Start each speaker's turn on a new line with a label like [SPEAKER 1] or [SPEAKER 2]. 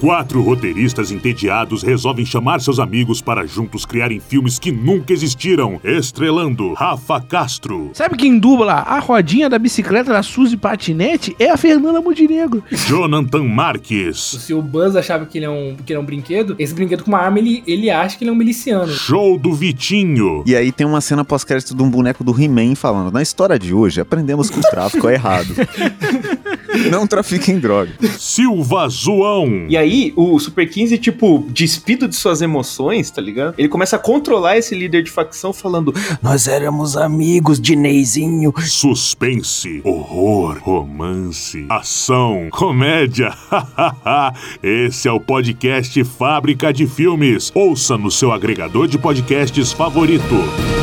[SPEAKER 1] Quatro roteiristas entediados resolvem chamar seus amigos para juntos criarem filmes que nunca existiram, estrelando Rafa Castro,
[SPEAKER 2] Sabe quem dubla a rodinha da bicicleta da Suzy Patinete? É a Fernanda Montenegro.
[SPEAKER 1] Jonathan Marques,
[SPEAKER 3] Se o Buzz achava que ele é um, que ele é um brinquedo, esse brinquedo com uma arma, ele, ele acha que ele é um miliciano.
[SPEAKER 1] Show do Vitinho,
[SPEAKER 4] E aí tem uma cena pós-crédito de um boneco do He-Man falando: Na história de hoje, aprendemos que o tráfico é errado. Não trafiquem droga.
[SPEAKER 1] Silva Zoão,
[SPEAKER 5] E aí, o Super 15, tipo, despido de suas emoções, tá ligado? Ele começa a controlar esse líder de facção falando: Nós éramos amigos, Dineizinho.
[SPEAKER 1] suspense, horror, romance, ação, comédia. Esse é o podcast Fábrica de Filmes. Ouça no seu agregador de podcasts favorito.